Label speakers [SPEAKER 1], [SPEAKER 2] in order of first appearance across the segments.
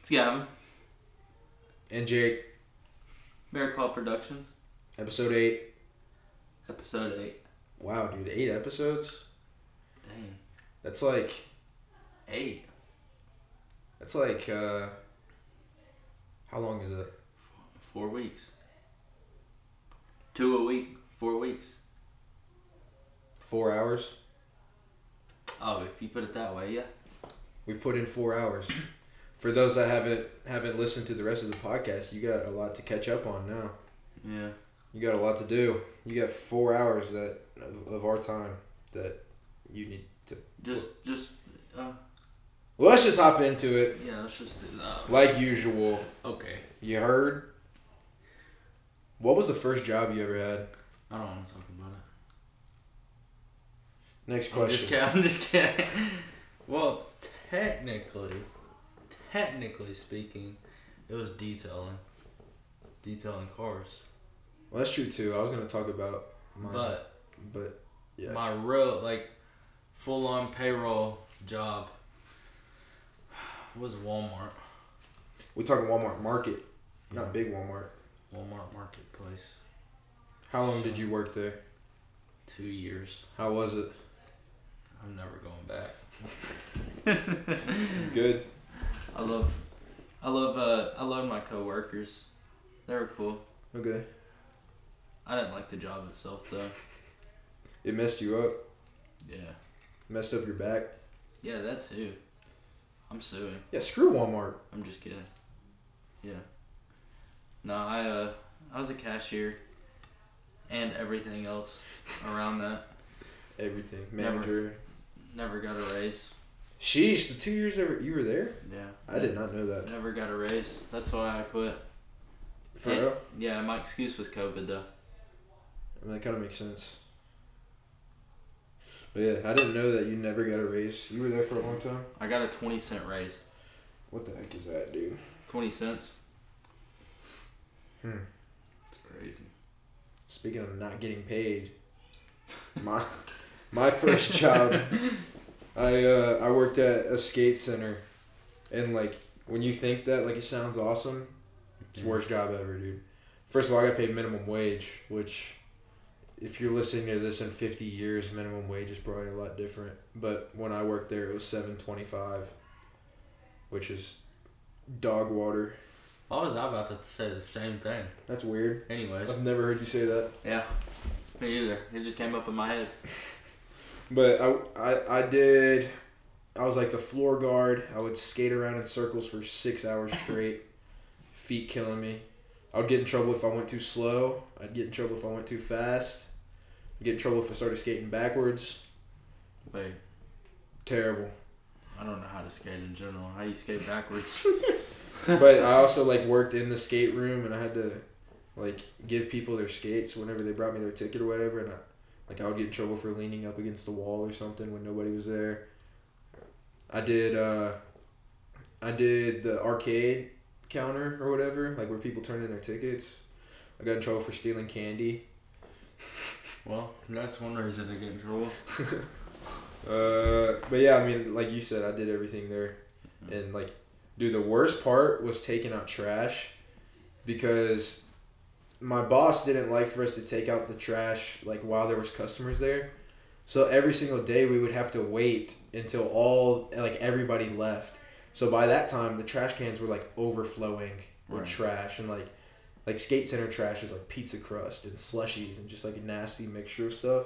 [SPEAKER 1] It's Gavin,
[SPEAKER 2] And Jake,
[SPEAKER 1] Bear Call Productions,
[SPEAKER 2] episode eight.
[SPEAKER 1] episode 8.
[SPEAKER 2] Wow, dude, eight episodes.
[SPEAKER 1] Dang.
[SPEAKER 2] That's like
[SPEAKER 1] 8.
[SPEAKER 2] that's like uh how long is it?
[SPEAKER 1] Four weeks. Two a week. Four weeks.
[SPEAKER 2] Four hours.
[SPEAKER 1] Oh, if you put it that way, yeah.
[SPEAKER 2] We've put in four hours. For those that haven't haven't listened to the rest of the podcast, you got a lot to catch up on now.
[SPEAKER 1] Yeah.
[SPEAKER 2] You got a lot to do. You got four hours that of, of our time that you need.
[SPEAKER 1] Just, just, uh,
[SPEAKER 2] Well, let's just hop into it
[SPEAKER 1] yeah, let's just do that.
[SPEAKER 2] like usual.
[SPEAKER 1] Okay.
[SPEAKER 2] You heard. What was the first job you ever had?
[SPEAKER 1] I don't want to talk about it.
[SPEAKER 2] Next
[SPEAKER 1] I'm
[SPEAKER 2] question.
[SPEAKER 1] just kidding. I'm just kidding. well, technically, technically speaking, it was detailing. Detailing cars.
[SPEAKER 2] Well, that's true too. I was gonna talk about my,
[SPEAKER 1] But
[SPEAKER 2] but yeah,
[SPEAKER 1] my real like full on payroll job was Walmart.
[SPEAKER 2] we talking Walmart Market, not big Walmart.
[SPEAKER 1] Walmart marketplace.
[SPEAKER 2] How long did you work there?
[SPEAKER 1] Two years.
[SPEAKER 2] How was it?
[SPEAKER 1] I'm never going back.
[SPEAKER 2] Good.
[SPEAKER 1] I love I love uh I love my coworkers. They were cool.
[SPEAKER 2] Okay.
[SPEAKER 1] I didn't like the job itself though.
[SPEAKER 2] It messed you up.
[SPEAKER 1] Yeah.
[SPEAKER 2] Messed up your back.
[SPEAKER 1] Yeah, that's who. I'm suing.
[SPEAKER 2] Yeah. Screw Walmart.
[SPEAKER 1] I'm just kidding. Yeah. No, I uh I was a cashier and everything else around that.
[SPEAKER 2] Everything.
[SPEAKER 1] Never.
[SPEAKER 2] Manager.
[SPEAKER 1] Never got a raise.
[SPEAKER 2] Sheesh. The two years ever you were there,
[SPEAKER 1] Yeah.
[SPEAKER 2] I did not know that.
[SPEAKER 1] Never got a raise. That's why I quit.
[SPEAKER 2] For
[SPEAKER 1] Yeah.
[SPEAKER 2] real.
[SPEAKER 1] Yeah, my excuse was COVID though.
[SPEAKER 2] I mean, that kind of makes sense. But yeah, I didn't know that you never got a raise. You were there for a long time.
[SPEAKER 1] I got a twenty cent raise.
[SPEAKER 2] What the heck is that, dude?
[SPEAKER 1] Twenty cents.
[SPEAKER 2] Hmm.
[SPEAKER 1] It's crazy.
[SPEAKER 2] Speaking of not getting paid, my my first job, I uh, I worked at a skate center, and like when you think that like it sounds awesome, it's the worst job ever, dude. First of all, I got paid minimum wage, which if you're listening to this in 50 years, minimum wage is probably a lot different. But when I worked there, it was 7.25, which is dog water.
[SPEAKER 1] Why was I about to say the same thing?
[SPEAKER 2] That's weird.
[SPEAKER 1] Anyways.
[SPEAKER 2] I've never heard you say that.
[SPEAKER 1] Yeah. Me either. It just came up in my head.
[SPEAKER 2] But I, I, I did. I was like the floor guard. I would skate around in circles for six hours straight, feet killing me. I would get in trouble if I went too slow. I'd get in trouble if I went too fast. I'd get in trouble if I started skating backwards.
[SPEAKER 1] Wait,
[SPEAKER 2] Terrible.
[SPEAKER 1] I don't know how to skate in general. How you skate backwards?
[SPEAKER 2] But I also like worked in the skate room and I had to like give people their skates whenever they brought me their ticket or whatever. And I, like I would get in trouble for leaning up against the wall or something when nobody was there. I did uh I did the arcade counter or whatever, like where people turn in their tickets. I got in trouble for stealing candy.
[SPEAKER 1] well, that's one reason to get in trouble.
[SPEAKER 2] Uh but yeah, I mean like you said, I did everything there. And like dude, the worst part was taking out trash because my boss didn't like for us to take out the trash like while there was customers there. So every single day we would have to wait until all like everybody left. So by that time the trash cans were like overflowing with
[SPEAKER 1] Right.
[SPEAKER 2] trash and like like skate center trash is like pizza crust and slushies and just like a nasty mixture of stuff.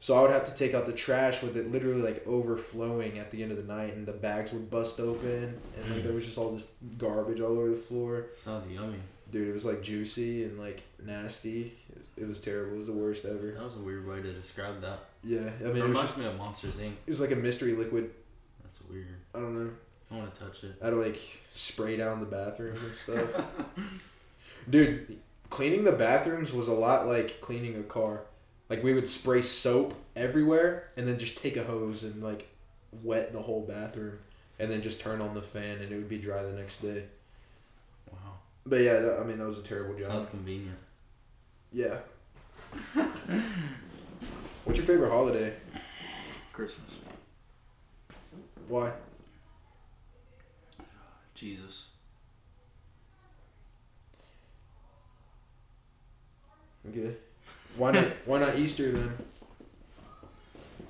[SPEAKER 2] So I would have to take out the trash with it literally like overflowing at the end of the night and the bags would bust open and like there was just all this garbage all over the floor
[SPEAKER 1] Sounds yummy.
[SPEAKER 2] dude it was like juicy and like nasty it was terrible it was the worst ever
[SPEAKER 1] That was a weird way to describe that.
[SPEAKER 2] yeah i
[SPEAKER 1] It
[SPEAKER 2] mean it was
[SPEAKER 1] reminds
[SPEAKER 2] just
[SPEAKER 1] me of Monsters Inc.
[SPEAKER 2] it was like a mystery liquid
[SPEAKER 1] That's weird.
[SPEAKER 2] i don't know
[SPEAKER 1] I want to touch it.
[SPEAKER 2] i had to like spray down the bathrooms and stuff dude cleaning the bathrooms was a lot like cleaning a car like we would spray soap everywhere and then just take a hose and like wet the whole bathroom and then just turn on the fan and it would be dry the next day
[SPEAKER 1] Wow.
[SPEAKER 2] but yeah that, i mean that was a terrible job
[SPEAKER 1] Sounds convenient.
[SPEAKER 2] yeah what's your favorite holiday
[SPEAKER 1] Christmas.
[SPEAKER 2] Why?
[SPEAKER 1] Jesus.
[SPEAKER 2] Okay. Why not? why not Easter then?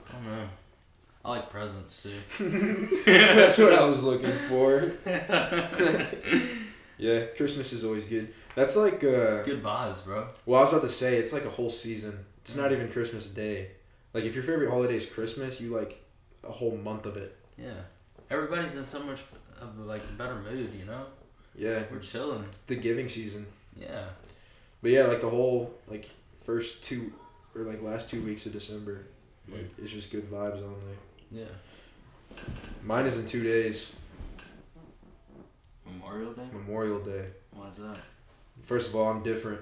[SPEAKER 1] I don't know. Oh, I like presents too.
[SPEAKER 2] That's what I was looking for. yeah, Christmas is always good. That's like uh,
[SPEAKER 1] It's good vibes, bro.
[SPEAKER 2] Well, I was about to say it's like a whole season. It's not even Christmas Day. Like if your favorite holiday is Christmas, you like a whole month of it.
[SPEAKER 1] Yeah. Everybody's in so much of like a better mood, you know?
[SPEAKER 2] Yeah,
[SPEAKER 1] We're
[SPEAKER 2] it's
[SPEAKER 1] chilling.
[SPEAKER 2] The giving season,
[SPEAKER 1] Yeah.
[SPEAKER 2] but yeah, like the whole like first two or like last two weeks of December, like it's just good vibes only.
[SPEAKER 1] Yeah.
[SPEAKER 2] Mine is in two days,
[SPEAKER 1] Memorial Day?
[SPEAKER 2] Memorial Day.
[SPEAKER 1] Why's that? I'm
[SPEAKER 2] First of all, I'm different.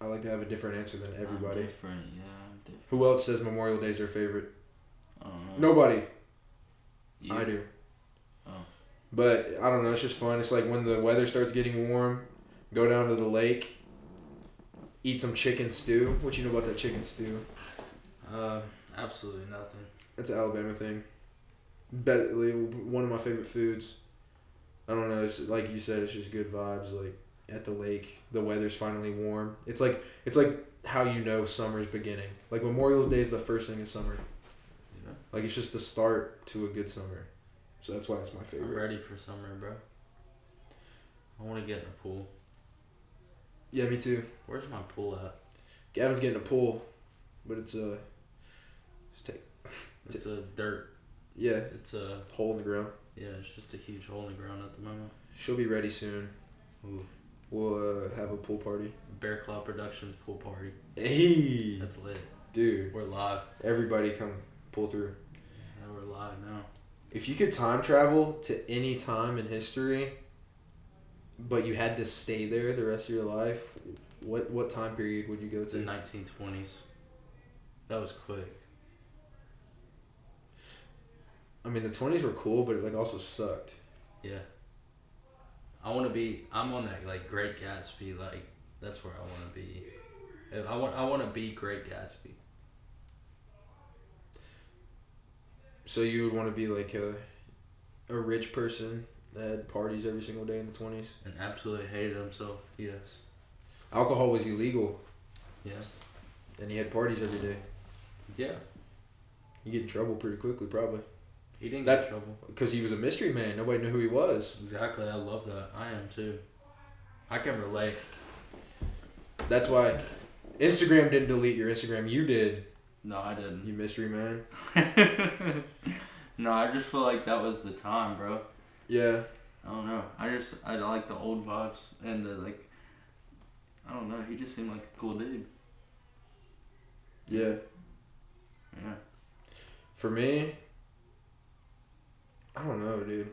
[SPEAKER 2] I like to have a different answer than
[SPEAKER 1] Um,
[SPEAKER 2] everybody.
[SPEAKER 1] different, yeah. I'm different.
[SPEAKER 2] Who else says Memorial Day is their favorite?
[SPEAKER 1] I don't know.
[SPEAKER 2] Nobody.
[SPEAKER 1] um, You?
[SPEAKER 2] I do.
[SPEAKER 1] Oh.
[SPEAKER 2] But I don't know. It's just fun. It's like when the weather starts getting warm, go down to the lake, eat some chicken stew. What you know about that chicken stew?
[SPEAKER 1] Uh, absolutely nothing.
[SPEAKER 2] It's an Alabama thing. Bet one of my favorite foods. I don't know. It's like you said. It's just good vibes. Like at the lake, the weather's finally warm. It's like it's like how you know summer's beginning. Like Memorial Day is the first thing of summer.
[SPEAKER 1] Yeah.
[SPEAKER 2] Like it's just the start to a good summer. So that's why it's my
[SPEAKER 1] I'm
[SPEAKER 2] favorite.
[SPEAKER 1] ready for summer, bro. I want to get in a pool.
[SPEAKER 2] Yeah, me too.
[SPEAKER 1] Where's my pool at?
[SPEAKER 2] Gavin's getting a pool, but it's uh, a, it's ta-
[SPEAKER 1] It's a dirt.
[SPEAKER 2] yeah,
[SPEAKER 1] It's a
[SPEAKER 2] hole in the ground.
[SPEAKER 1] yeah. It's just a huge hole in the ground at the moment.
[SPEAKER 2] She'll be ready soon.
[SPEAKER 1] Ooh,
[SPEAKER 2] We'll uh, have a pool party.
[SPEAKER 1] Bear Claw Productions pool party.
[SPEAKER 2] Hey,
[SPEAKER 1] That's lit.
[SPEAKER 2] dude,
[SPEAKER 1] We're live.
[SPEAKER 2] everybody come pull through.
[SPEAKER 1] Yeah, we're live now.
[SPEAKER 2] If you could time travel to any time in history, but you had to stay there the rest of your life, what what time period would you go
[SPEAKER 1] It's the
[SPEAKER 2] to?
[SPEAKER 1] 1920s. That was quick.
[SPEAKER 2] I mean, the twenties were cool, but it like also sucked.
[SPEAKER 1] Yeah. I want to be. I'm on that like Great Gatsby. Like that's where I want to be. If I want. I want to be Great Gatsby.
[SPEAKER 2] So you would want to be like a, a rich person that had parties every single day in the twenties.
[SPEAKER 1] And absolutely hated himself. Yes.
[SPEAKER 2] Alcohol was illegal.
[SPEAKER 1] Yeah.
[SPEAKER 2] and he had parties every day.
[SPEAKER 1] Yeah.
[SPEAKER 2] You get in trouble pretty quickly, probably,
[SPEAKER 1] He didn't
[SPEAKER 2] That's-
[SPEAKER 1] get in trouble.
[SPEAKER 2] because he was a mystery man. Nobody knew who he was.
[SPEAKER 1] Exactly. I love that. I am too. I can relate.
[SPEAKER 2] That's why Instagram didn't delete your Instagram. You did,
[SPEAKER 1] No, I didn't.
[SPEAKER 2] you mystery man.
[SPEAKER 1] no, I just feel like that was the time, bro.
[SPEAKER 2] Yeah,
[SPEAKER 1] I don't know. I just I like the old vibes and the like. I don't know. He just seemed like a cool dude.
[SPEAKER 2] yeah.
[SPEAKER 1] Yeah.
[SPEAKER 2] For me, I don't know, dude.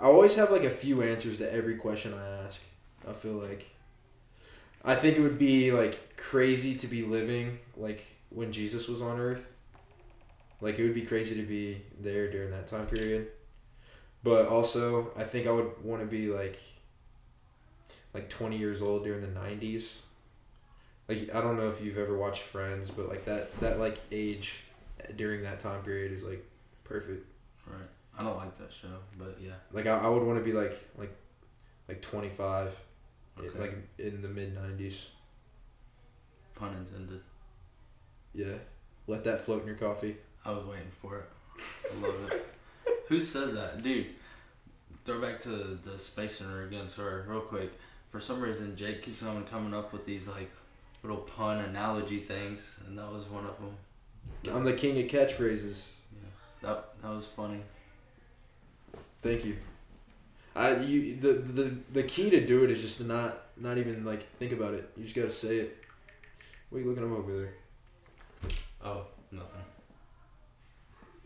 [SPEAKER 2] I always have like a few answers to every question I ask. I feel like. I think it would be like crazy to be living like when Jesus was on earth. Like it would be crazy to be there during that time period. But also, I think I would want to be like like 20 years old during the 90s. Like I don't know if you've ever watched Friends, but like that that like age during that time period is like perfect.
[SPEAKER 1] Right. I don't like that show, but yeah.
[SPEAKER 2] Like I, I would want to be like like like twenty five,
[SPEAKER 1] Okay.
[SPEAKER 2] like in the mid nineties.
[SPEAKER 1] Pun intended.
[SPEAKER 2] Yeah, let that float in your coffee.
[SPEAKER 1] I was waiting for it. I love it. Who says that, dude? Throw back to the space center again, sorry, real quick. For some reason, Jake keeps on coming up with these like little pun analogy things, and that was one of them.
[SPEAKER 2] I'm the king of catchphrases.
[SPEAKER 1] Yeah, that that was funny.
[SPEAKER 2] Thank you. I you the the the key to do it is just to not not even like think about it. You just gotta say it. What are you looking at over there?
[SPEAKER 1] Oh, nothing.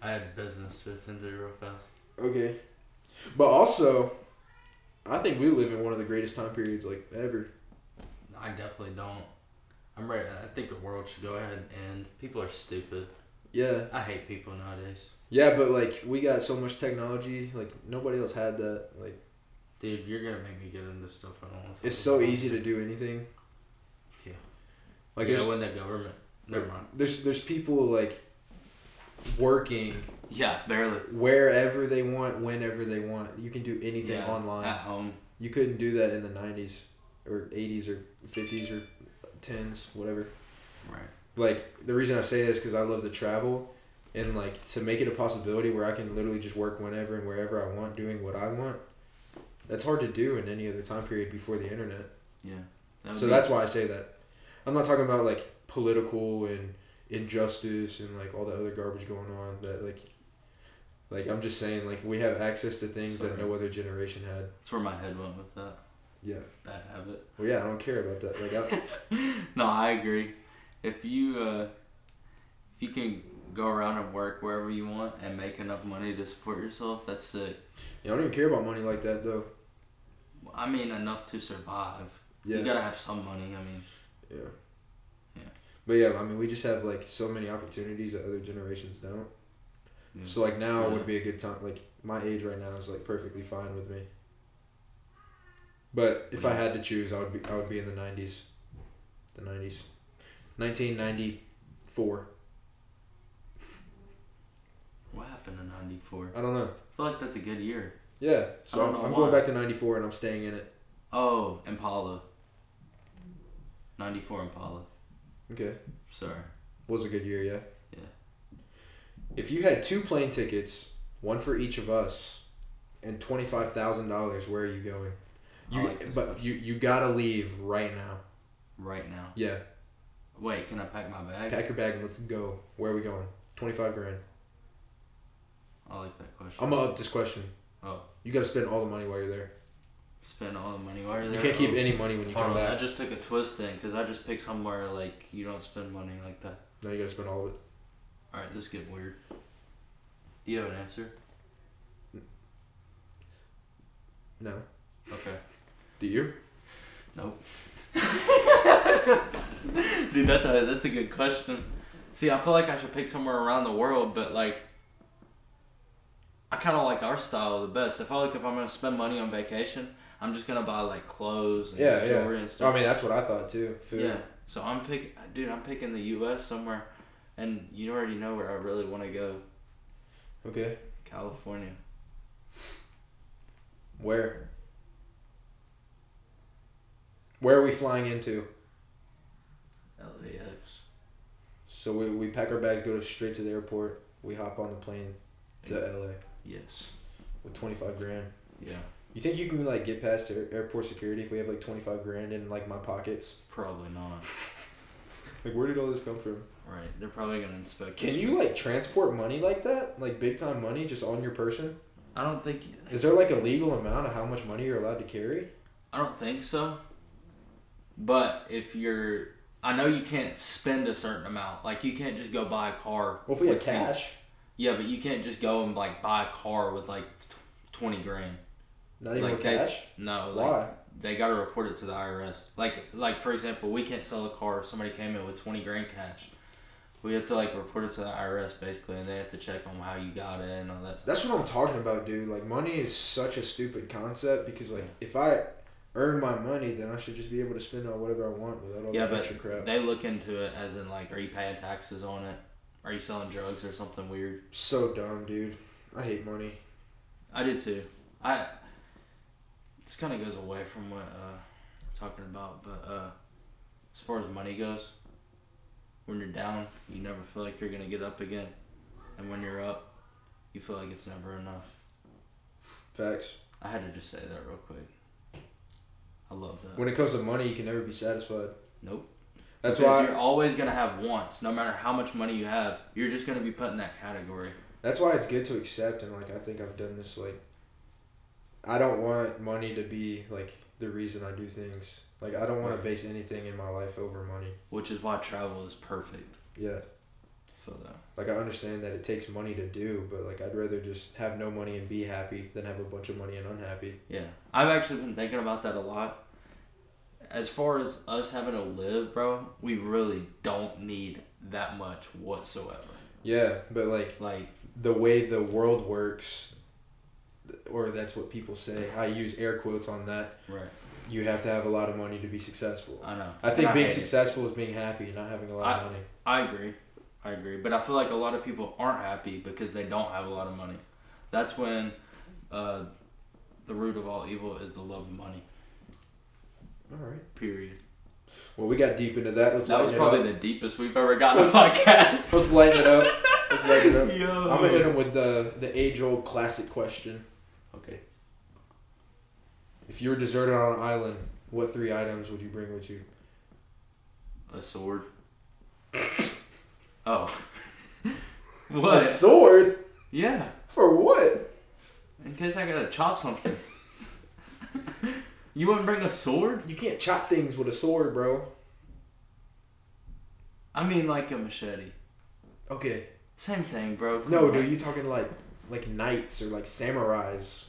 [SPEAKER 1] I had business to attend to real fast.
[SPEAKER 2] Okay, but also, I think we live in one of the greatest time periods like ever.
[SPEAKER 1] I definitely don't. I'm ready. I think the world should go ahead and people are stupid.
[SPEAKER 2] Yeah,
[SPEAKER 1] I hate people nowadays.
[SPEAKER 2] yeah, but like we got so much technology. Like nobody else had that. Like.
[SPEAKER 1] Dude, you're gonna make me get into stuff I don't want to.
[SPEAKER 2] It's so easy to do anything.
[SPEAKER 1] Yeah.
[SPEAKER 2] Like
[SPEAKER 1] yeah,
[SPEAKER 2] there's,
[SPEAKER 1] when the government. Never mind.
[SPEAKER 2] there's there's people like working
[SPEAKER 1] Yeah, barely.
[SPEAKER 2] wherever they want, whenever they want. You can do anything
[SPEAKER 1] Yeah,
[SPEAKER 2] online.
[SPEAKER 1] At home.
[SPEAKER 2] You couldn't do that in the 90s or 80s or 50s or 10s, whatever.
[SPEAKER 1] Right.
[SPEAKER 2] Like, the reason I say that is because I love to travel and, like, to make it a possibility where I can literally just work whenever and wherever I want, doing what I want. That's hard to do in any other time period before the internet.
[SPEAKER 1] Yeah. That would
[SPEAKER 2] So
[SPEAKER 1] be-
[SPEAKER 2] that's why I say that. I'm not talking about, like, political and injustice and, like, all that other garbage going on that, like, like I'm just saying, like we have access to things that
[SPEAKER 1] Sorry.
[SPEAKER 2] no other generation had.
[SPEAKER 1] that's where my head went with that.
[SPEAKER 2] Yeah.
[SPEAKER 1] Bad habit.
[SPEAKER 2] Well, yeah, I don't care about that. Like, I,
[SPEAKER 1] No, I agree. If you uh, if you can go around and work wherever you want and make enough money to support yourself, that's sick.
[SPEAKER 2] Yeah, I don't even care about money like that though.
[SPEAKER 1] I mean, enough to survive.
[SPEAKER 2] Yeah.
[SPEAKER 1] You gotta have some money. I mean,
[SPEAKER 2] yeah.
[SPEAKER 1] Yeah.
[SPEAKER 2] But yeah, I mean, we just have like so many opportunities that other generations don't.
[SPEAKER 1] Mm. yeah.
[SPEAKER 2] So like now
[SPEAKER 1] Sure.
[SPEAKER 2] would be a good time. Like my age right now is like perfectly fine with me. But if I
[SPEAKER 1] Mm.
[SPEAKER 2] had to choose, I would be I would be in the nineties, the nineties, nineteen ninety four.
[SPEAKER 1] what happened in '94?
[SPEAKER 2] I don't know.
[SPEAKER 1] I feel like that's a good year.
[SPEAKER 2] Yeah. So
[SPEAKER 1] don't
[SPEAKER 2] I'm,
[SPEAKER 1] know
[SPEAKER 2] I'm
[SPEAKER 1] why.
[SPEAKER 2] going back to ninety four and I'm staying in it.
[SPEAKER 1] Oh, Impala. '94 Impala.
[SPEAKER 2] Okay.
[SPEAKER 1] Sorry.
[SPEAKER 2] Was a good year, yeah.
[SPEAKER 1] Yeah.
[SPEAKER 2] If you had two plane tickets, one for each of us, and twenty five thousand dollars, where are you going?
[SPEAKER 1] I
[SPEAKER 2] You
[SPEAKER 1] like this
[SPEAKER 2] but
[SPEAKER 1] question.
[SPEAKER 2] you you gotta leave right now.
[SPEAKER 1] Right now.
[SPEAKER 2] Yeah,
[SPEAKER 1] Wait, can I pack my bag?
[SPEAKER 2] pack your bag and let's go. Where are we going? Twenty five grand.
[SPEAKER 1] I like that question.
[SPEAKER 2] I'm gonna up this question.
[SPEAKER 1] Oh.
[SPEAKER 2] You gotta spend all the money while you're there.
[SPEAKER 1] Spend all the money. Why are
[SPEAKER 2] You
[SPEAKER 1] there-
[SPEAKER 2] can't keep
[SPEAKER 1] oh.
[SPEAKER 2] any money when you
[SPEAKER 1] Hold
[SPEAKER 2] come
[SPEAKER 1] on, I
[SPEAKER 2] back.
[SPEAKER 1] just took a twist then, cause I just picked somewhere like you don't spend money like that.
[SPEAKER 2] No, you gotta spend all of it.
[SPEAKER 1] All right, this is getting weird. Do you have an answer?
[SPEAKER 2] No.
[SPEAKER 1] Okay.
[SPEAKER 2] Do you?
[SPEAKER 1] Dude, that's a that's a good question. See, I feel like I should pick somewhere around the world, but like, I kind of like our style the best. I feel like if I'm gonna spend money on vacation, I'm just gonna buy like clothes and
[SPEAKER 2] Yeah, yeah.
[SPEAKER 1] jewelry and
[SPEAKER 2] I
[SPEAKER 1] stuff.
[SPEAKER 2] mean, that's what I thought too. Food.
[SPEAKER 1] yeah. So I'm picking, dude. I'm picking the U.S. somewhere, and you already know where I really want to go,
[SPEAKER 2] Okay.
[SPEAKER 1] California.
[SPEAKER 2] Where? Where are we flying into?
[SPEAKER 1] LAX.
[SPEAKER 2] So we, we pack our bags, go to straight to the airport. We hop on the plane to LA
[SPEAKER 1] Yes.
[SPEAKER 2] with twenty five grand.
[SPEAKER 1] Yeah.
[SPEAKER 2] You think you can like get past air- airport security if we have like twenty five grand in like my pockets?
[SPEAKER 1] Probably not.
[SPEAKER 2] Like where did all this come from?
[SPEAKER 1] Right. They're probably gonna inspect.
[SPEAKER 2] Can
[SPEAKER 1] us.
[SPEAKER 2] you like transport money like that, like big time money, just on your person?
[SPEAKER 1] I don't think.
[SPEAKER 2] Is there like a legal amount of how much money you're allowed to carry?
[SPEAKER 1] I don't think so. But if you're, I know you can't spend a certain amount. Like you can't just go buy a car.
[SPEAKER 2] Well, if we had
[SPEAKER 1] with 10
[SPEAKER 2] cash,
[SPEAKER 1] Yeah, but you can't just go and like buy a car with like tw- twenty grand.
[SPEAKER 2] not even
[SPEAKER 1] Like
[SPEAKER 2] with
[SPEAKER 1] that-
[SPEAKER 2] cash.
[SPEAKER 1] No, like
[SPEAKER 2] Why?
[SPEAKER 1] they gotta report it to the IRS. Like like for example, we can't sell a car if somebody came in with twenty grand cash. We have to like report it to the IRS basically, and they have to check on how you got it and all that. Stuff.
[SPEAKER 2] That's what I'm talking about, dude. Like money is such a stupid concept because like if I earn my money, then I should just be able to spend on whatever I want without all
[SPEAKER 1] Yeah,
[SPEAKER 2] that
[SPEAKER 1] but
[SPEAKER 2] extra crap.
[SPEAKER 1] They look into it as in like, are you paying taxes on it? Are you selling drugs or something weird?
[SPEAKER 2] So dumb, dude. I hate money.
[SPEAKER 1] I do too. I this kind of goes away from what uh, we're talking about, but uh, as far as money goes, when you're down, you never feel like you're gonna get up again, and when you're up, you feel like it's never enough.
[SPEAKER 2] Facts.
[SPEAKER 1] I had to just say that real quick. I love that.
[SPEAKER 2] When it comes to money, you can never be satisfied.
[SPEAKER 1] Uh. Nope.
[SPEAKER 2] That's why.
[SPEAKER 1] because you're always gonna have wants, no matter how much money you have. You're just gonna be put in that category.
[SPEAKER 2] That's why it's good to accept and like I think I've done this like. I don't want money to be like the reason I do things. Like I don't want to base anything in my life over money.
[SPEAKER 1] which is why travel is perfect.
[SPEAKER 2] Yeah.
[SPEAKER 1] I feel that.
[SPEAKER 2] Like I understand that it takes money to do, but like I'd rather just have no money and be happy than have a bunch of money and unhappy.
[SPEAKER 1] Yeah, I've actually been thinking about that a lot. As far as us having to live, bro, we really don't need that much whatsoever.
[SPEAKER 2] Yeah, but like
[SPEAKER 1] Like,
[SPEAKER 2] the way the world works, or that's what people say. I use air quotes on that.
[SPEAKER 1] right?
[SPEAKER 2] you have to have a lot of money to be successful.
[SPEAKER 1] I know.
[SPEAKER 2] I think
[SPEAKER 1] And
[SPEAKER 2] being
[SPEAKER 1] hate it.
[SPEAKER 2] successful is being happy, not having a lot of money.
[SPEAKER 1] I agree. I agree, but I feel like a lot of people aren't happy because they don't have a lot of money. That's when uh, the root of all evil is the love of money.
[SPEAKER 2] All right.
[SPEAKER 1] Period.
[SPEAKER 2] Well, we got deep into that. Let's
[SPEAKER 1] that was
[SPEAKER 2] lighten it
[SPEAKER 1] probably
[SPEAKER 2] up.
[SPEAKER 1] the deepest we've ever gotten on a podcast.
[SPEAKER 2] Let's lighten it up. Let's lighten it up.
[SPEAKER 1] Yo.
[SPEAKER 2] I'm gonna hit him with the the age old classic question.
[SPEAKER 1] Okay.
[SPEAKER 2] If you were deserted on an island, what three items would you bring with you?
[SPEAKER 1] A sword. Oh.
[SPEAKER 2] A
[SPEAKER 1] what?
[SPEAKER 2] sword?
[SPEAKER 1] Yeah.
[SPEAKER 2] For what?
[SPEAKER 1] In case I gotta chop something. you wouldn't bring a sword?
[SPEAKER 2] You can't chop things with a sword, bro.
[SPEAKER 1] I mean, like a machete.
[SPEAKER 2] Okay.
[SPEAKER 1] Same thing, bro. Come
[SPEAKER 2] No,
[SPEAKER 1] on.
[SPEAKER 2] dude, you talking like like knights or like samurais.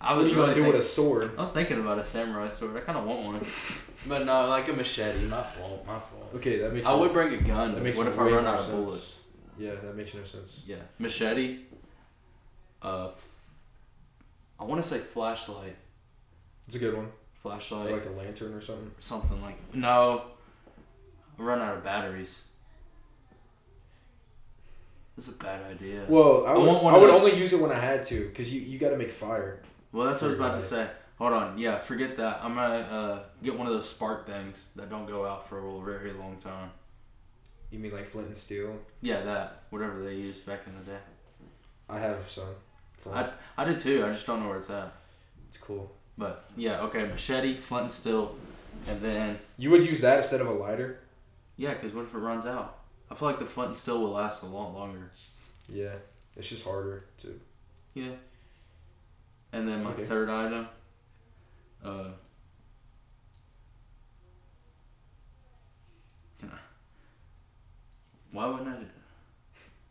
[SPEAKER 1] I
[SPEAKER 2] What
[SPEAKER 1] was
[SPEAKER 2] are you gonna
[SPEAKER 1] really
[SPEAKER 2] do with
[SPEAKER 1] thinking,
[SPEAKER 2] a sword?
[SPEAKER 1] I was thinking about a samurai sword. I kind of want one, but no, like a machete. My fault. My fault.
[SPEAKER 2] Okay, that makes.
[SPEAKER 1] I
[SPEAKER 2] no-
[SPEAKER 1] would bring a gun.
[SPEAKER 2] That makes
[SPEAKER 1] what if I
[SPEAKER 2] way
[SPEAKER 1] run
[SPEAKER 2] more
[SPEAKER 1] out of
[SPEAKER 2] sense.
[SPEAKER 1] bullets?
[SPEAKER 2] Yeah, that makes no sense.
[SPEAKER 1] Yeah, machete. Uh, f- I want to say flashlight.
[SPEAKER 2] It's a good one. Or
[SPEAKER 1] Flashlight.
[SPEAKER 2] like a lantern or something.
[SPEAKER 1] something like no. I run out of batteries. That's a bad idea. Well,
[SPEAKER 2] Well, I
[SPEAKER 1] I
[SPEAKER 2] would,
[SPEAKER 1] want one
[SPEAKER 2] I
[SPEAKER 1] of
[SPEAKER 2] would
[SPEAKER 1] those-
[SPEAKER 2] only use it when I had to, cause you you got to make fire.
[SPEAKER 1] that's what I was about
[SPEAKER 2] Right.
[SPEAKER 1] to say. Hold on. Yeah, forget that. I'm gonna uh, get one of those spark things that don't go out for a very long time.
[SPEAKER 2] You mean like flint and steel?
[SPEAKER 1] Yeah, that whatever they used back in the day.
[SPEAKER 2] I have some. Flint.
[SPEAKER 1] I I do too. I just don't know where it's at.
[SPEAKER 2] it's cool.
[SPEAKER 1] But yeah, okay, machete, flint and steel, and then
[SPEAKER 2] You would use that instead of a lighter?
[SPEAKER 1] yeah, because what if it runs out? I feel like the flint and steel will last a lot longer.
[SPEAKER 2] Yeah, it's just harder to.
[SPEAKER 1] Yeah. And then my
[SPEAKER 2] Okay.
[SPEAKER 1] third item. Uh. can I- Why wouldn't I? do-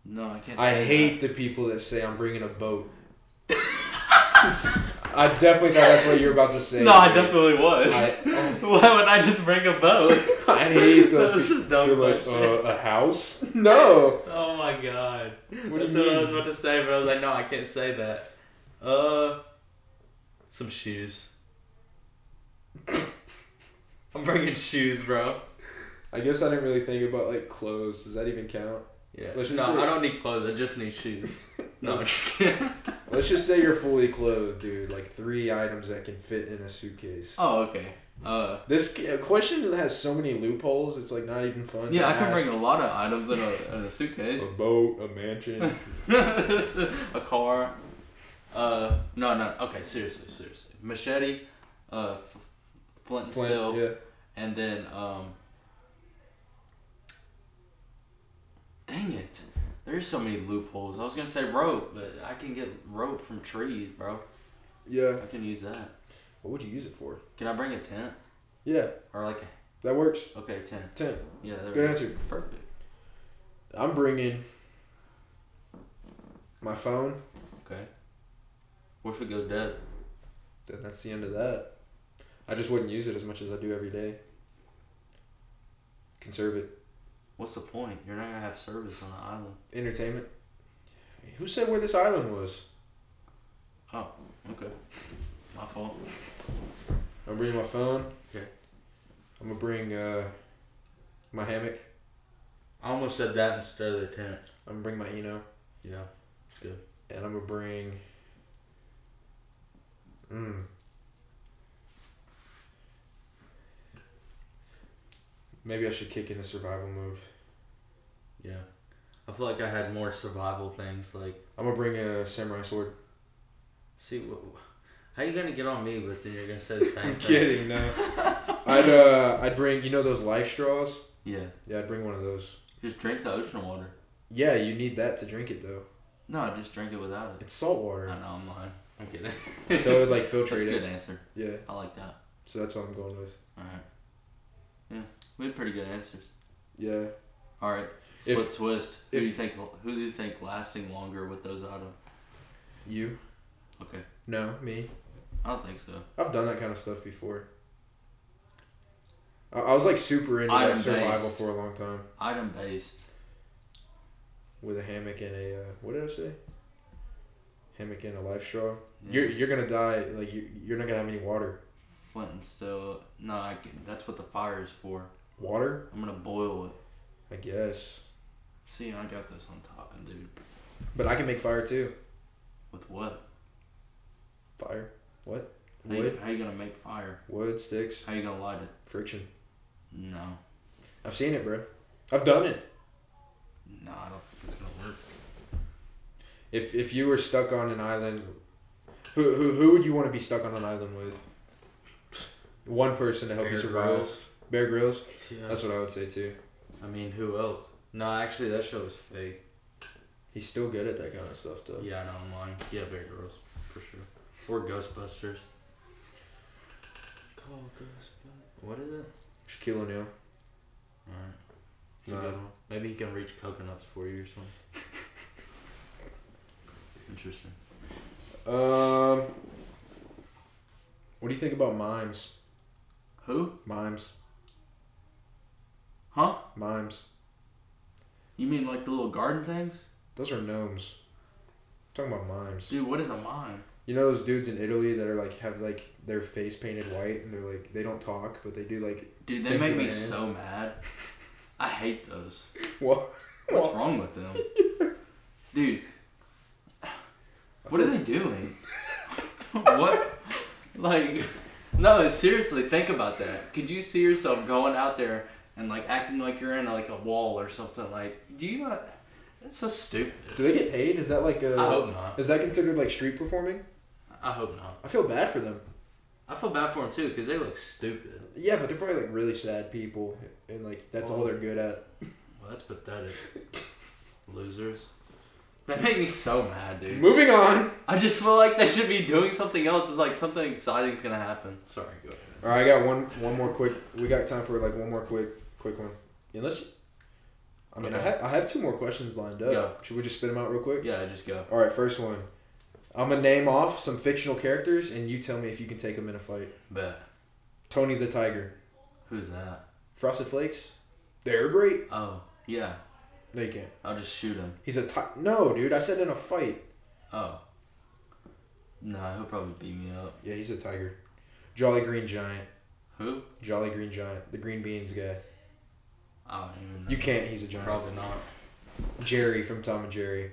[SPEAKER 1] No, I can't.
[SPEAKER 2] I
[SPEAKER 1] say
[SPEAKER 2] hate the people that say I'm bringing a boat. I definitely thought that's what you were about to
[SPEAKER 1] that.
[SPEAKER 2] say.
[SPEAKER 1] No, I
[SPEAKER 2] dude.
[SPEAKER 1] definitely was.
[SPEAKER 2] I,
[SPEAKER 1] Why would I just bring a boat?
[SPEAKER 2] oh, I hate those.
[SPEAKER 1] this is dumb
[SPEAKER 2] people. They're like
[SPEAKER 1] question.
[SPEAKER 2] uh, a house? No.
[SPEAKER 1] Oh my god.
[SPEAKER 2] What do
[SPEAKER 1] That's
[SPEAKER 2] you
[SPEAKER 1] what I was
[SPEAKER 2] mean?
[SPEAKER 1] about to say, but I was like, no, I can't say that. Uh, some shoes. I'm bringing shoes, bro.
[SPEAKER 2] I guess I didn't really think about like clothes. Does that even count?
[SPEAKER 1] Yeah.
[SPEAKER 2] Let's just
[SPEAKER 1] no,
[SPEAKER 2] say-
[SPEAKER 1] I don't need clothes. I just need shoes. No, I'm just kidding.
[SPEAKER 2] Let's just say you're fully clothed, dude. Like three items that can fit in a suitcase.
[SPEAKER 1] Oh, okay. Uh,
[SPEAKER 2] This c- question has so many loopholes. It's like not even fun.
[SPEAKER 1] yeah,
[SPEAKER 2] to
[SPEAKER 1] I can
[SPEAKER 2] ask.
[SPEAKER 1] bring a lot of items in a, in a suitcase.
[SPEAKER 2] a boat, a mansion. Oh.
[SPEAKER 1] a car. Uh, no, no. Okay, seriously, seriously. Machete, uh, f- flint and
[SPEAKER 2] Flint,
[SPEAKER 1] steel.
[SPEAKER 2] yeah.
[SPEAKER 1] And then, um, dang it, there's so many loopholes. I was gonna say rope, but I can get rope from trees, bro.
[SPEAKER 2] Yeah.
[SPEAKER 1] I can use that.
[SPEAKER 2] What would you use it for?
[SPEAKER 1] Can I bring a tent
[SPEAKER 2] Yeah,
[SPEAKER 1] or like
[SPEAKER 2] that works.
[SPEAKER 1] a, okay tent?
[SPEAKER 2] Ten.
[SPEAKER 1] Yeah, there we
[SPEAKER 2] Good
[SPEAKER 1] go.
[SPEAKER 2] answer.
[SPEAKER 1] Perfect.
[SPEAKER 2] I'm bringing my phone.
[SPEAKER 1] Okay. What if it goes dead?
[SPEAKER 2] Then that's the end of that. I just wouldn't use it as much as I do every day. Conserve it.
[SPEAKER 1] What's the point? You're not gonna have service on the island.
[SPEAKER 2] Entertainment. Who said where this island was?
[SPEAKER 1] Okay. My fault.
[SPEAKER 2] I'm bringing my phone.
[SPEAKER 1] Okay.
[SPEAKER 2] I'm gonna bring uh, my hammock.
[SPEAKER 1] I almost said that instead of the tent.
[SPEAKER 2] I'm gonna bring my Eno,
[SPEAKER 1] Yeah, it's good.
[SPEAKER 2] and I'm gonna bring. Mm. Maybe I should kick into survival mode.
[SPEAKER 1] Yeah. I feel like I had more survival things like.
[SPEAKER 2] I'm gonna bring a samurai sword.
[SPEAKER 1] See, wh- wh- how you gonna get on me, but then you're gonna say the same
[SPEAKER 2] I'm
[SPEAKER 1] thing?
[SPEAKER 2] kidding. No. I'd uh, I'd bring you know those life straws.
[SPEAKER 1] Yeah,
[SPEAKER 2] Yeah, I'd bring one of those.
[SPEAKER 1] just drink the ocean water.
[SPEAKER 2] Yeah, you need that to drink it though.
[SPEAKER 1] No, just drink it without it.
[SPEAKER 2] It's salt
[SPEAKER 1] I know
[SPEAKER 2] water,
[SPEAKER 1] I'm lying. I'm kidding.
[SPEAKER 2] so it'd like
[SPEAKER 1] That's a
[SPEAKER 2] filtrate it.
[SPEAKER 1] good answer.
[SPEAKER 2] Yeah,
[SPEAKER 1] I like that.
[SPEAKER 2] so that's what I'm going with.
[SPEAKER 1] All right. Yeah, we had pretty good answers.
[SPEAKER 2] Yeah.
[SPEAKER 1] All right.
[SPEAKER 2] If-
[SPEAKER 1] Flip twist. Who do you
[SPEAKER 2] if-
[SPEAKER 1] think? Who do you think lasting longer with those items?
[SPEAKER 2] You?
[SPEAKER 1] Okay,
[SPEAKER 2] No, me.
[SPEAKER 1] I don't think so.
[SPEAKER 2] I've done that kind of stuff before. I, I was like super into like,
[SPEAKER 1] Item-based.
[SPEAKER 2] survival for a long time
[SPEAKER 1] Item based.
[SPEAKER 2] with a hammock and a uh, what did I say? Hammock and a life straw.
[SPEAKER 1] Yeah.
[SPEAKER 2] You're you're gonna die. Like you you're not gonna have any water.
[SPEAKER 1] Flint and steel. No, I can, that's what the fire is for.
[SPEAKER 2] Water?
[SPEAKER 1] I'm gonna boil it.
[SPEAKER 2] I guess.
[SPEAKER 1] See, I got this on top, and dude,
[SPEAKER 2] But I can make fire too.
[SPEAKER 1] with what?
[SPEAKER 2] Fire. What?
[SPEAKER 1] How you,
[SPEAKER 2] Wood.
[SPEAKER 1] how you gonna make fire?
[SPEAKER 2] Wood sticks.
[SPEAKER 1] How you gonna light it?
[SPEAKER 2] Friction.
[SPEAKER 1] No,
[SPEAKER 2] I've seen it, bro. I've done it.
[SPEAKER 1] no, I don't think it's gonna work.
[SPEAKER 2] If if you were stuck on an island, who who, who would you want to be stuck on an island with? One person to help you
[SPEAKER 1] Bear
[SPEAKER 2] survive.
[SPEAKER 1] Grylls.
[SPEAKER 2] Bear Grylls.
[SPEAKER 1] Yeah.
[SPEAKER 2] That's what I would say too.
[SPEAKER 1] I mean, who else? No, actually, that show was fake.
[SPEAKER 2] He's still good at that kind of stuff though.
[SPEAKER 1] Yeah, I know, I'm lying. Yeah, Bear Grylls, for sure. Or Ghostbusters. Call Ghostbusters. What is it?
[SPEAKER 2] Shaquille O'Neal.
[SPEAKER 1] Alright. It's
[SPEAKER 2] Nah.
[SPEAKER 1] a good one. Uh, Maybe he can reach coconuts for you or something. Interesting.
[SPEAKER 2] Um. What do you think about mimes?
[SPEAKER 1] Who?
[SPEAKER 2] Mimes.
[SPEAKER 1] Huh?
[SPEAKER 2] Mimes.
[SPEAKER 1] You mean like the little garden things?
[SPEAKER 2] Those are gnomes. I'm talking about mimes.
[SPEAKER 1] Dude, what is a mime?
[SPEAKER 2] You know those dudes in Italy that are like have like their face painted white and they're like they don't talk but they do like
[SPEAKER 1] Dude, they
[SPEAKER 2] Thank
[SPEAKER 1] make
[SPEAKER 2] you,
[SPEAKER 1] me
[SPEAKER 2] man.
[SPEAKER 1] so mad. I hate those.
[SPEAKER 2] what?
[SPEAKER 1] What's wrong with them? Dude, what are they doing? what? Like, no, seriously, think about that. Could you see yourself going out there and like acting like you're in like a wall or something? Like, do you not? That's so stupid.
[SPEAKER 2] Do they uh, get paid? Is that like a?
[SPEAKER 1] I hope not.
[SPEAKER 2] Is that considered like street performing?
[SPEAKER 1] I hope not.
[SPEAKER 2] I feel bad for them.
[SPEAKER 1] I feel bad for them too because they look stupid.
[SPEAKER 2] Yeah, but they're probably like really sad people, and like that's all they're good at.
[SPEAKER 1] Well, that's pathetic. Losers. They make me so mad, dude.
[SPEAKER 2] Moving on.
[SPEAKER 1] I just feel like they should be doing something else. It's like something exciting's gonna happen. Sorry, go ahead.
[SPEAKER 2] All right, I got one one more quick. We got time for like one more quick quick one. Unless, I mean, I
[SPEAKER 1] Okay.
[SPEAKER 2] have I have two more questions lined up.
[SPEAKER 1] Go.
[SPEAKER 2] Should we just spit them out real quick?
[SPEAKER 1] Yeah, just go.
[SPEAKER 2] All right, first one. I'm gonna name off some fictional characters, and you tell me if you can take them in a fight.
[SPEAKER 1] Bet.
[SPEAKER 2] Tony the Tiger,
[SPEAKER 1] Who's that?
[SPEAKER 2] Frosted Flakes. They're great.
[SPEAKER 1] Oh, yeah.
[SPEAKER 2] They can't.
[SPEAKER 1] I'll just shoot him.
[SPEAKER 2] He's a ti- no, dude. I said in a fight.
[SPEAKER 1] Oh. Nah, he'll probably beat me up.
[SPEAKER 2] Yeah, he's a tiger. Jolly Green Giant.
[SPEAKER 1] Who?
[SPEAKER 2] Jolly Green Giant. The green beans guy.
[SPEAKER 1] I don't even know.
[SPEAKER 2] You can't. He's a giant.
[SPEAKER 1] Probably not.
[SPEAKER 2] Jerry from Tom and Jerry.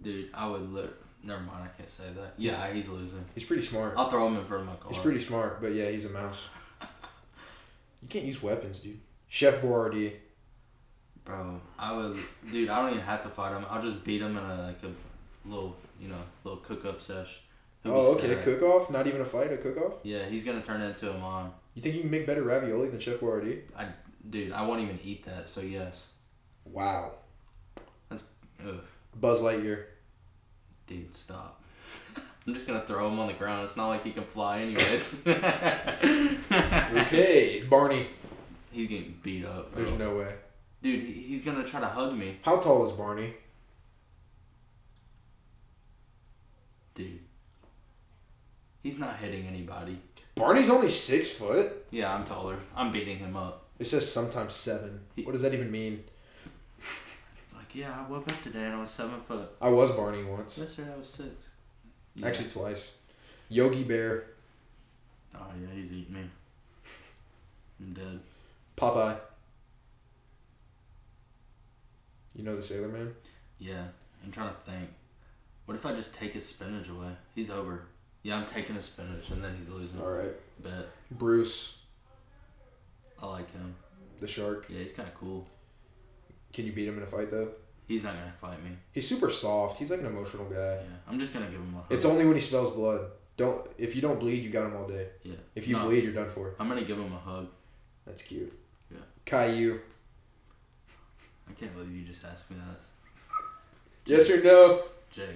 [SPEAKER 1] Dude, I would lit. Never mind, I can't say that. Yeah, he's losing.
[SPEAKER 2] He's pretty smart.
[SPEAKER 1] I'll throw him in front of my car.
[SPEAKER 2] He's pretty smart, but yeah, he's a mouse. You can't use weapons, dude. Chef Boyardee.
[SPEAKER 1] Bro, I would. Dude, I don't even have to fight him. I'll just beat him in a like a little, you know, little cook up sesh. He'll be
[SPEAKER 2] Oh, okay.
[SPEAKER 1] sad.
[SPEAKER 2] Cook off. Not even a fight. A cook off.
[SPEAKER 1] Yeah, he's gonna turn into a mom.
[SPEAKER 2] You think you can make better ravioli than Chef Boyardee?
[SPEAKER 1] I, dude, I won't even eat that. So yes,
[SPEAKER 2] Wow.
[SPEAKER 1] Ugh,
[SPEAKER 2] Buzz Lightyear.
[SPEAKER 1] dude, stop. I'm just gonna throw him on the ground. It's not like he can fly, anyways. okay.
[SPEAKER 2] Okay, Barney.
[SPEAKER 1] He's getting beat up. Bro.
[SPEAKER 2] There's no way.
[SPEAKER 1] Dude, he- he's gonna try to hug me,
[SPEAKER 2] How tall is Barney?
[SPEAKER 1] dude. He's not hitting anybody.
[SPEAKER 2] Barney's only six foot.
[SPEAKER 1] Yeah, I'm taller. I'm beating him up.
[SPEAKER 2] It says sometimes seven. What does that even mean?
[SPEAKER 1] Like, yeah, I woke up today and I was seven foot.
[SPEAKER 2] I was Barney once.
[SPEAKER 1] Yesterday I was six. Yeah.
[SPEAKER 2] Actually, twice. Yogi Bear,
[SPEAKER 1] Oh yeah, he's eating me. I'm dead.
[SPEAKER 2] Popeye. You know the Sailor Man?
[SPEAKER 1] Yeah, I'm trying to think. What if I just take his spinach away? He's over. Yeah, I'm taking his spinach, and then he's losing.
[SPEAKER 2] Alright.
[SPEAKER 1] Bet.
[SPEAKER 2] Bruce,
[SPEAKER 1] I like him.
[SPEAKER 2] the shark.
[SPEAKER 1] Yeah, he's kind of cool.
[SPEAKER 2] Can you beat him in a fight, though?
[SPEAKER 1] He's not gonna fight me.
[SPEAKER 2] He's super soft. He's like an emotional guy.
[SPEAKER 1] Yeah, I'm just gonna give him a. Hug.
[SPEAKER 2] It's only when he smells blood. Don't If you don't bleed, you got him all day.
[SPEAKER 1] yeah.
[SPEAKER 2] If you
[SPEAKER 1] No,
[SPEAKER 2] bleed, you're done for.
[SPEAKER 1] I'm gonna give him a hug.
[SPEAKER 2] That's cute.
[SPEAKER 1] Yeah.
[SPEAKER 2] Caillou.
[SPEAKER 1] I can't believe you just asked me that,
[SPEAKER 2] Yes or no?
[SPEAKER 1] Jake.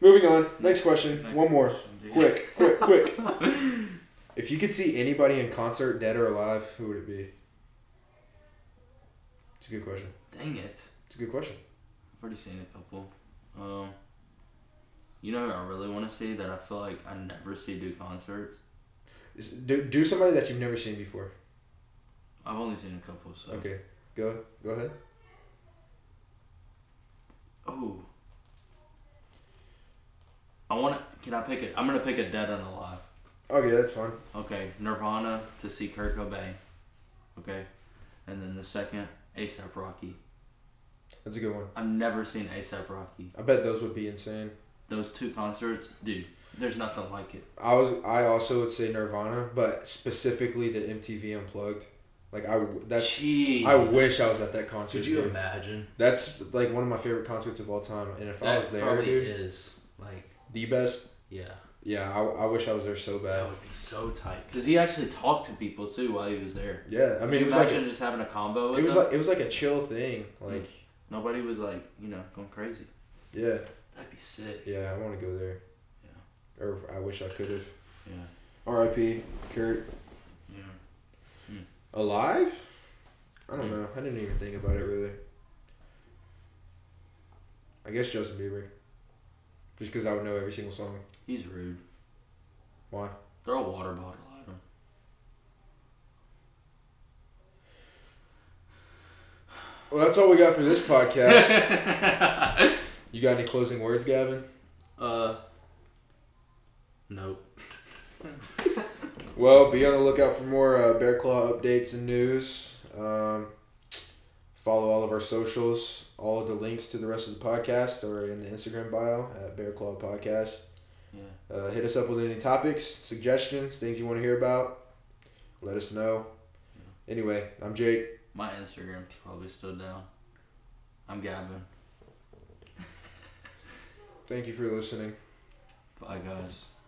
[SPEAKER 2] Moving on. Next question.
[SPEAKER 1] Next
[SPEAKER 2] One more.
[SPEAKER 1] question, dude.
[SPEAKER 2] Quick, quick, quick. if you could see anybody in concert, dead or alive, who would it be? It's a good question.
[SPEAKER 1] Dang it!
[SPEAKER 2] It's a good question.
[SPEAKER 1] I've already seen a couple. Um. You know who I really want to see that I feel like I never see do concerts.
[SPEAKER 2] Is, do, do somebody that you've never seen before.
[SPEAKER 1] I've only seen a couple, so.
[SPEAKER 2] Okay, go go ahead.
[SPEAKER 1] Oh. I want to. Can I pick it? I'm gonna pick a dead and alive.
[SPEAKER 2] Okay, that's fine.
[SPEAKER 1] Okay, Nirvana to see Kurt Cobain. Okay, and then the second ASAP Rocky.
[SPEAKER 2] That's a good one.
[SPEAKER 1] I've never seen ASAP Rocky.
[SPEAKER 2] I bet those would be insane.
[SPEAKER 1] Those two concerts, dude. There's nothing like it.
[SPEAKER 2] I was I also would say Nirvana, but specifically the MTV Unplugged. Like I w- that's
[SPEAKER 1] Jeez.
[SPEAKER 2] I wish I was at that concert.
[SPEAKER 1] Could you
[SPEAKER 2] dude.
[SPEAKER 1] imagine?
[SPEAKER 2] That's like one of my favorite concerts of all time, and if I
[SPEAKER 1] That
[SPEAKER 2] was there,
[SPEAKER 1] probably
[SPEAKER 2] dude,
[SPEAKER 1] is like
[SPEAKER 2] the best.
[SPEAKER 1] yeah.
[SPEAKER 2] Yeah, I, I wish I was there so
[SPEAKER 1] That
[SPEAKER 2] bad.
[SPEAKER 1] would be so tight. Cause he actually talked to people too while he was there.
[SPEAKER 2] Yeah, I
[SPEAKER 1] I
[SPEAKER 2] mean,
[SPEAKER 1] mean,
[SPEAKER 2] it
[SPEAKER 1] Could
[SPEAKER 2] was
[SPEAKER 1] you
[SPEAKER 2] like
[SPEAKER 1] imagine Hmm. just having a combo. With
[SPEAKER 2] it was
[SPEAKER 1] them?
[SPEAKER 2] like it was like a chill thing. Like,
[SPEAKER 1] nobody was like you know going crazy.
[SPEAKER 2] yeah,
[SPEAKER 1] That'd be sick.
[SPEAKER 2] yeah, I want to go there.
[SPEAKER 1] Yeah.
[SPEAKER 2] Or I wish I could have.
[SPEAKER 1] Yeah.
[SPEAKER 2] R.I.P. Kurt.
[SPEAKER 1] Yeah.
[SPEAKER 2] Alive? I don't know. I didn't even think about it really. I guess Justin Bieber. Just because I would know every single song.
[SPEAKER 1] He's rude.
[SPEAKER 2] Why?
[SPEAKER 1] Throw a water bottle at him.
[SPEAKER 2] Well, that's all we got for this podcast. you got any closing words, Gavin?
[SPEAKER 1] Uh. Nope.
[SPEAKER 2] Well, be on the lookout for more uh, Bear Claw updates and news. Um, follow all of our socials. All of the links to the rest of the podcast are in the Instagram bio at Bear Claw Podcast.
[SPEAKER 1] Yeah.
[SPEAKER 2] Uh, hit us up with any topics, suggestions, things you want to hear about. Let us know. Anyway, I'm Jake.
[SPEAKER 1] My Instagram's probably still down. I'm Gavin.
[SPEAKER 2] Thank you for listening.
[SPEAKER 1] Bye, guys.